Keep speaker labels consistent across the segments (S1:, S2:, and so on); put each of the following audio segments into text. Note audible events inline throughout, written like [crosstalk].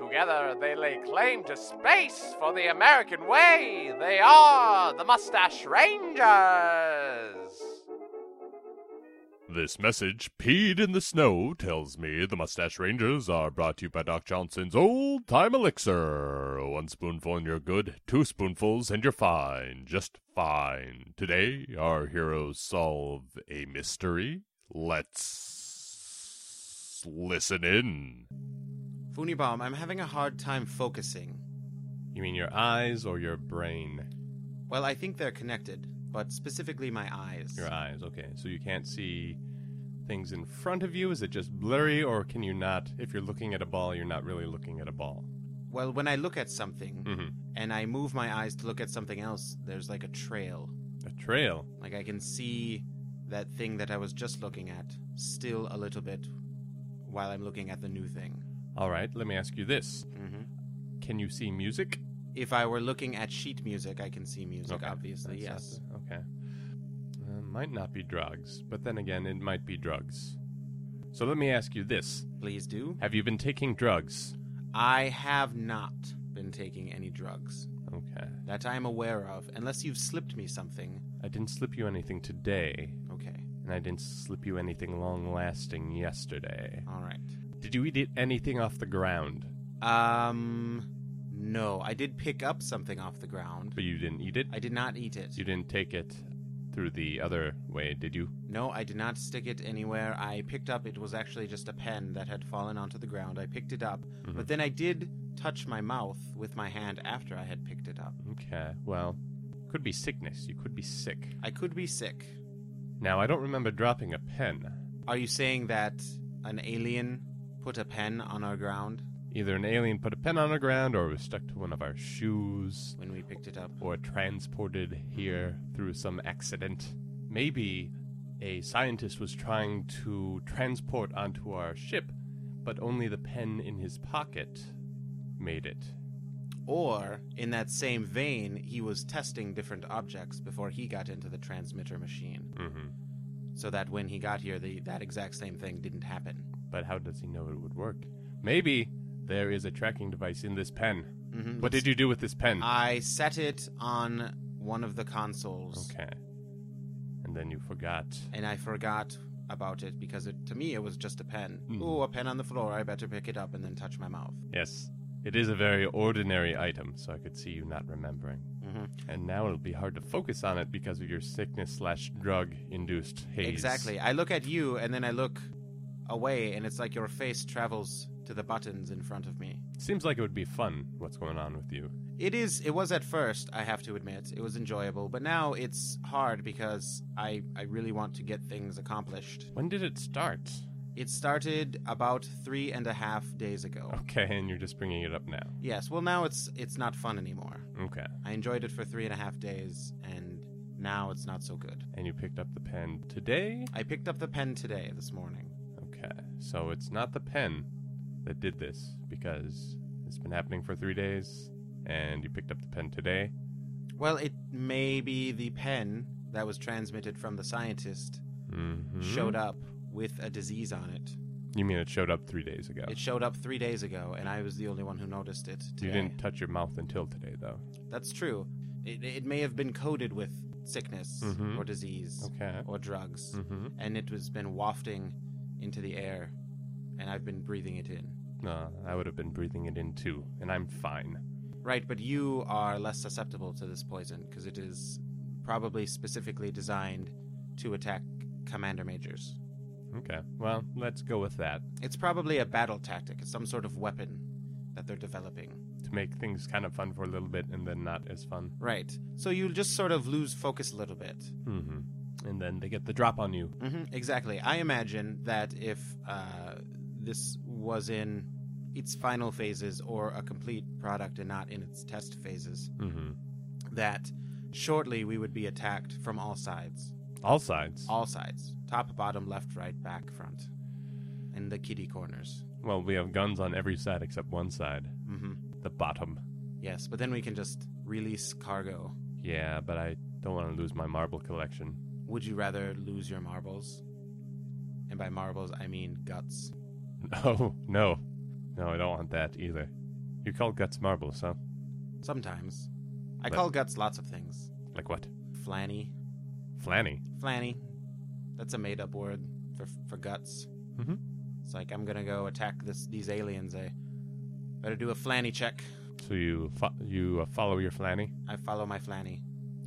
S1: Together they lay claim to space for the American way. They are the Mustache Rangers.
S2: This message, peed in the snow, tells me the Mustache Rangers are brought to you by Doc Johnson's Old Time Elixir. One spoonful and you're good, two spoonfuls and you're fine, just fine. Today, our heroes solve a mystery. Let's listen in.
S3: Funibom, I'm having a hard time focusing.
S2: You mean your eyes or your brain?
S3: Well, I think they're connected, but specifically my eyes.
S4: Your eyes, okay. So you can't see things in front of you? Is it just blurry, or can you not? If you're looking at a ball, you're not really looking at a ball.
S3: Well, when I look at something
S4: Mhm.
S2: Mm-hmm.
S3: and I move my eyes to look at something else, there's like a trail.
S4: A trail.
S3: Like I can see that thing that I was just looking at still a little bit while I'm looking at the new thing.
S4: All right, let me ask you this
S3: hmm
S4: Can you see music?
S3: If I were looking at sheet music, I can see music,
S4: Okay,
S3: obviously,
S4: that's-
S3: yes.
S4: that's- okay. Uh, might not be drugs, but then again, it might be drugs. So let me ask you this
S3: Please do.
S4: Have you been taking drugs?
S3: I have not been taking any drugs
S4: Okay.
S3: that I am aware of, unless you've slipped me something.
S4: I didn't slip you anything today,
S3: Okay,
S4: and I didn't slip you anything long lasting yesterday.
S3: all right.
S4: Did you eat it- anything off the ground?
S3: Um, no, I did pick up something off the ground.
S4: But you didn't eat it?
S3: I did not eat it.
S4: You didn't take it through the other way, did you?
S3: No, I did not stick it anywhere. I picked up, it was actually just a pen that had fallen onto the ground. I picked it up, but then I did touch my mouth with my hand after I had picked it up.
S4: Okay, well, could be sickness. You could be sick.
S3: I could be sick.
S4: Now, I don't remember dropping a pen.
S3: Are you saying that an alien put a pen on our ground
S4: Either an alien put a pen on the ground, or it was stuck to one of our shoes,
S3: when we picked it up?
S4: or transported here through some accident. Maybe a scientist was trying to transport onto our ship, but only the pen in his pocket made it.
S3: Or, in that same vein, he was testing different objects before he got into the transmitter machine.
S4: Mm-hmm.
S3: so that when he got here, the, that exact same thing didn't happen.
S4: But how does he know it would work? Maybe there is a tracking device in this pen.
S3: Mm-hmm.
S4: What did you do with this pen?
S3: I set it on one of the consoles,
S4: Okay. And then you forgot.
S3: and I forgot about it because it, to me it was just a pen.
S4: Mhm.
S3: Ooh, a pen on the floor. I better pick it up and then touch my mouth.
S4: Yes. It is a very ordinary item, so I could see you not remembering.
S3: Mhm.
S4: And now it'll be hard to focus on it because of your sickness slash drug induced haze.
S3: Exactly. I look at you, and then I look away, and it's like your face travels to the buttons in front of me.
S4: Seems like it would be fun what's going on with you.
S3: It is. It was at first. I have to admit, it was enjoyable, but now it's hard because I I really want to get things accomplished.
S4: When did it start?
S3: It started about three and a half days ago.
S4: Okay, and you're just bringing it up now.
S3: Yes, well now it's it's not fun anymore.
S4: Okay.
S3: I enjoyed it for three and a half days, and now it's not so good.
S4: And you picked up the pen today?
S3: I picked up the pen today, this morning.
S4: Okay, so it's not the pen that did this because it's been happening for three days and you picked up the pen today.
S3: Well, it may be the pen that was transmitted from the scientist
S4: Mm-hmm.
S3: showed up with a disease on it.
S4: You mean it showed up three days ago?
S3: It showed up three days ago, and I was the only one who noticed it today.
S4: you didn't touch your mouth until today, though.
S3: That's true. It, it may have been coded with sickness
S4: Mhm.
S3: or disease
S4: Okay.
S3: or drugs.
S4: Mm-hmm.
S3: and it has been wafting into the air, and I've been breathing it in.
S4: No, I would have been breathing it in too, and I'm fine.
S3: Right, but you are less susceptible to this poison because it is probably specifically designed to attack commander majors.
S4: Okay, well, let's go with that
S3: It's probably a battle tactic, it's some sort of weapon that they're developing.
S4: to make things kind of fun for a little bit and then not as fun.
S3: Right, so you just sort of lose focus a little bit. Mm-hmm,
S4: Mm-hmm. And then they get the drop on you.
S3: hmm exactly. I imagine that if uh, this was in its final phases or a complete product and not in its test phases,
S4: Mm-hmm.
S3: that shortly we would be attacked from all sides.
S4: All sides.
S3: All sides. Top, bottom, left, right, back, front. And the kitty corners.
S4: well, we have guns on every side except one side,
S3: hmm
S4: the bottom.
S3: Yes, but then we can just release cargo.
S4: Yeah, but I don't want to lose my marble collection.
S3: Would you rather lose your marbles? And by marbles, I mean guts.
S4: [laughs] No, no, no, I don't want that either. You call guts marbles, huh?
S3: Sometimes. I
S4: But-
S3: call guts lots of things.
S4: Like what?
S3: Flanny.
S4: Flanny.
S3: Flanny. That's a made up word for, for guts.
S4: Mhm.
S3: It's like, I'm gonna go attack this these aliens. I better do a flanny check.
S4: So you fo- you uh, follow your flanny.
S3: I follow my flanny.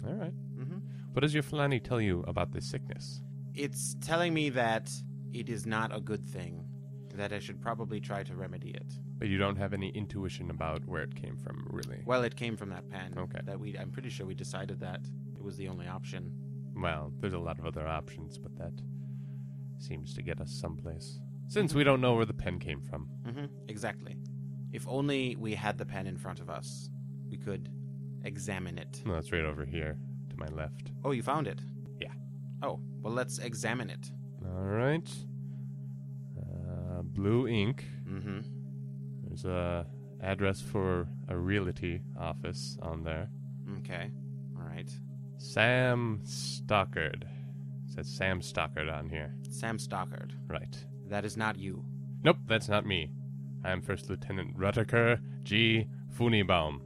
S4: All right.
S3: Mm-hmm.
S4: What does your flanny tell you about this sickness?
S3: It's telling me that it is not a good thing, that I should probably try to remedy it.
S4: But you don't have any intuition about where it came from, really.
S3: Well, it came from that pen.
S4: Okay.
S3: That we, I'm pretty sure we decided that it was the only option.
S4: Well, there's a lot of other options, but that seems to get us someplace. Since we don't know where the pen came from.
S3: Mm-hmm. Exactly. If only we had the pen in front of us, we could examine it.
S4: No, it's right over here to my left.
S3: Oh, you found it?
S4: Yeah.
S3: Oh, well, let's examine it.
S4: All right. Uh, blue ink.
S3: Mm-hmm.
S4: There's a address for a realty office on there.
S3: Okay. All right.
S4: Sam Stockard. It says Sam Stockard on here.
S3: Sam Stockard.
S4: Right.
S3: That is not you.
S4: Nope, that's not me. I am First Lieutenant Rutterker G. Funibaum.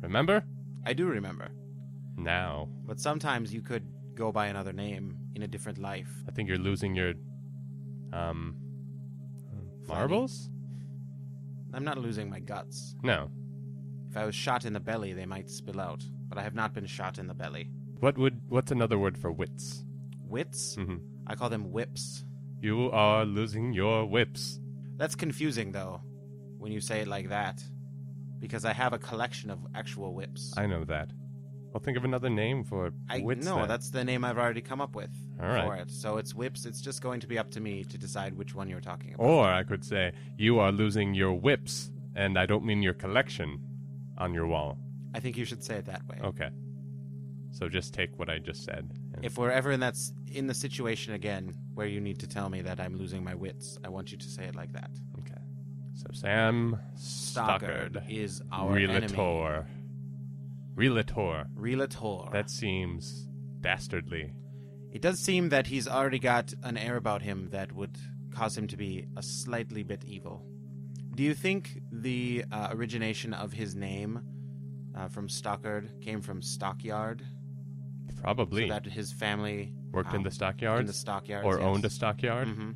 S4: Remember?
S3: I do remember.
S4: Now.
S3: But sometimes you could go by another name in a different life.
S4: I think you're losing your um marbles?
S3: I'm not losing my guts.
S4: No.
S3: If I was shot in the belly, they might spill out. But I have not been shot in the belly.
S4: What would what's another word for wits?
S3: Wits?
S4: hmm
S3: I call them whips.
S4: You are losing your whips.
S3: That's confusing, though, when you say it like that. Because I have a collection of actual whips.
S4: I know that. I'll think of another name for
S3: I
S4: wits.
S3: no,
S4: then.
S3: that's the name I've already come up with
S4: All right.
S3: for it. So it's whips. It's just going to be up to me to decide which one you're talking about.
S4: Or I could say you are losing your whips, and I don't mean your collection on your wall.
S3: I think you should say it that way.
S4: Okay. So just take what I just said. and-
S3: If we're ever in that s- in the situation again where you need to tell me that I'm losing my wits, I want you to say it like that.
S4: okay. So Sam Stockard,
S3: Stockard is our enemy.
S4: Relator. Relator.
S3: Relator.
S4: That seems dastardly.
S3: It does seem that he's already got an air about him that would cause him to be a slightly bit evil. Do you think the uh, origination of his name uh, from Stockard came from stockyard?
S4: Probably
S3: So that his family
S4: worked in the
S3: um, in the
S4: stockyards
S3: stockyards
S4: or
S3: yes.
S4: owned a stockyard.
S3: Mhm.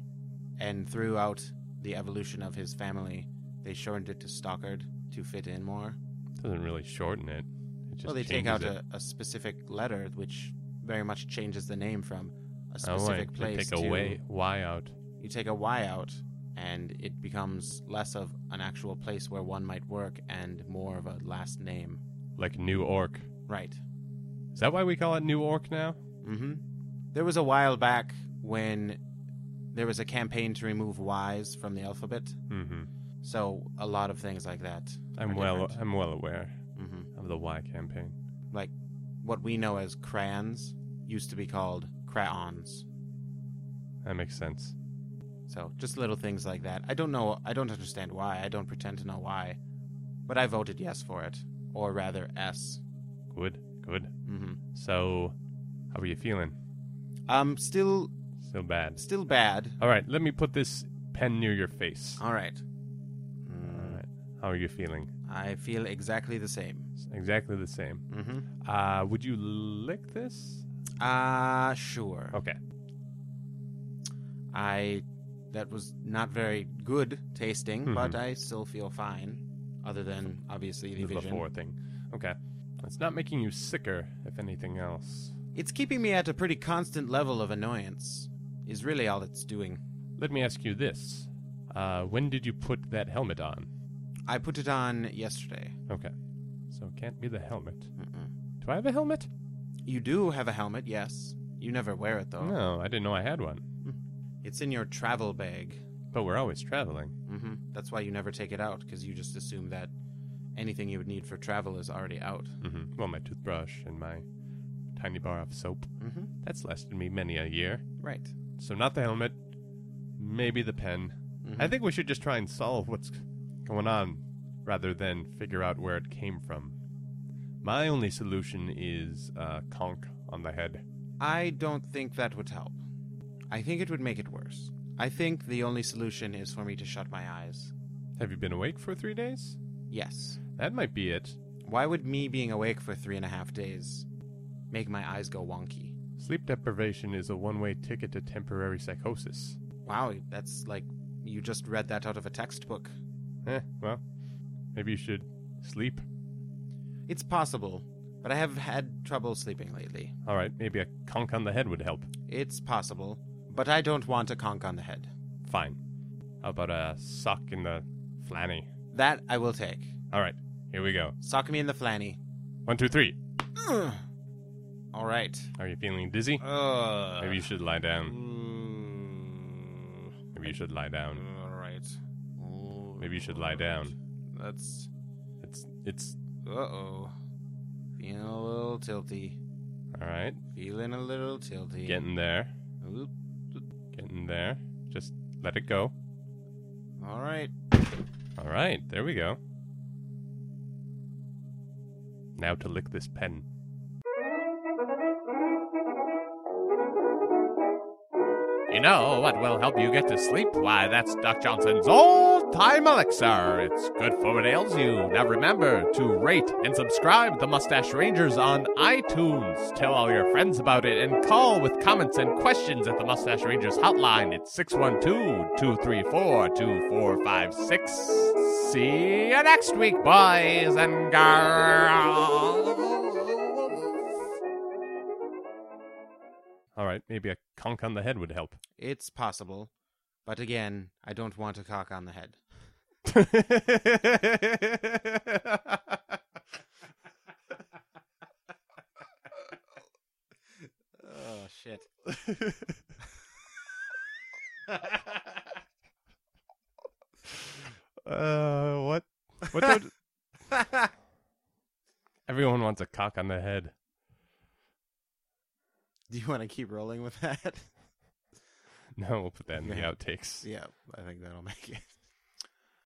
S3: And throughout the evolution of his family, they shortened it to Stockard to fit in more.
S4: Doesn't really shorten it. It just
S3: Mm. well, they take
S4: changes
S3: out
S4: it.
S3: a, a specific letter, which very much changes the name from a
S4: oh,
S3: specific
S4: wait,
S3: place
S4: They take
S3: to
S4: a way, Y out.
S3: you take a Y out, and it becomes less of an actual place where one might work and more of a last name.
S4: Like New Orc.
S3: Right.
S4: Is that why we call it New Orc now?
S3: Mm-hmm. There was a while back when there was a campaign to remove Ys from the alphabet,
S4: Mm-hmm.
S3: so a lot of things like that.
S4: I'm
S3: are
S4: well.
S3: different.
S4: I'm well aware
S3: hmm
S4: of the Y campaign.
S3: Like what we know as crayons used to be called crayons.
S4: That makes sense.
S3: So just little things like that. I don't know. I don't understand why. I don't pretend to know why, but I voted yes for it, or rather S.
S4: Good. Good.
S3: Mm-hmm.
S4: So, how are you feeling?
S3: Um, still,
S4: Still bad.
S3: still bad.
S4: All right. Let me put this pen near your face.
S3: All right.
S4: All
S3: Mm,
S4: right. How are you feeling?
S3: I feel exactly the same.
S4: It's exactly the same.
S3: Mm-hmm.
S4: Uh, would you lick this?
S3: Ah, sure.
S4: Okay.
S3: I, that was not very good tasting, but
S4: Mhm.
S3: I still feel fine. Other than obviously the
S4: The
S3: vision.
S4: before thing. Okay. It's not making you sicker, if anything else.
S3: It's keeping me at a pretty constant level of annoyance. Is really all it's doing.
S4: Let me ask you this. Uh, when did you put that helmet on?
S3: I put it on yesterday.
S4: Okay. So it can't be the helmet.
S3: Mm-mm.
S4: Do I have a helmet?
S3: You do have a helmet, yes. You never wear it though.
S4: No, I didn't know I had one.
S3: It's in your travel bag.
S4: But we're always traveling.
S3: Mm-hmm. That's why you never take it out, because you just assume that anything you would need for travel is already out.
S4: Mm-hmm. Well, my toothbrush and my tiny bar of soap.
S3: Mm-hmm.
S4: That's lasted me many a year.
S3: Right.
S4: So not the helmet, maybe the pen. I think we should just try and solve what's going on rather than figure out where it came from. My only solution is a conch on the head.
S3: I don't think that would help. I think it would make it worse. I think the only solution is for me to shut my eyes.
S4: Have you been awake for three days?
S3: Yes.
S4: That might be it.
S3: Why would me being awake for three and a half days make my eyes go wonky?
S4: Sleep deprivation is a one way ticket to temporary psychosis.
S3: Wow, that's like you just read that out of a textbook.
S4: Eh, well, maybe you should sleep.
S3: It's possible, but I have had trouble sleeping lately.
S4: All right, maybe a conch on the head would help.
S3: It's possible, but I don't want a conch on the head.
S4: Fine. How about a sock in the flanny?
S3: That I will take.
S4: All right, here we go.
S3: Sock me in the flanny.
S4: One, two, three.
S3: Ugh. All right. Uh,
S4: Are you feeling dizzy?
S3: Ugh.
S4: Maybe you should lie down.
S3: Mm,
S4: Maybe you should lie down.
S3: all right. All
S4: Maybe you should lie
S3: right.
S4: down.
S3: That's.
S4: It's it's
S3: Uh oh. Feeling a little tilty.
S4: all right.
S3: Feeling a little tilty.
S4: Getting there.
S3: Oop.
S4: Getting there. Just let it go.
S3: All right.
S4: All right, there we go. Now to lick this pen.
S1: You know what will help you get to sleep? Why, that's Doc Johnson's old time elixir. It's good for what ails you. Now remember to rate and subscribe the Mustache Rangers on iTunes. Tell all your friends about it and call with comments and questions at the Mustache Rangers hotline. It's 612 234 2456. See you next week, boys and girls.
S4: All right, maybe a conk on the head would help.
S3: It's possible, but again, I don't want a cock on the head.
S4: Uh,
S3: Oh shit.
S4: [laughs]
S3: [laughs]
S4: uh, what? [laughs] What? Would... Everyone wants a cock on the head. [laughs]
S3: Do you want to keep rolling with that?
S4: No, we'll put that in the
S3: Yeah.
S4: outtakes.
S3: yeah, I think that'll make it.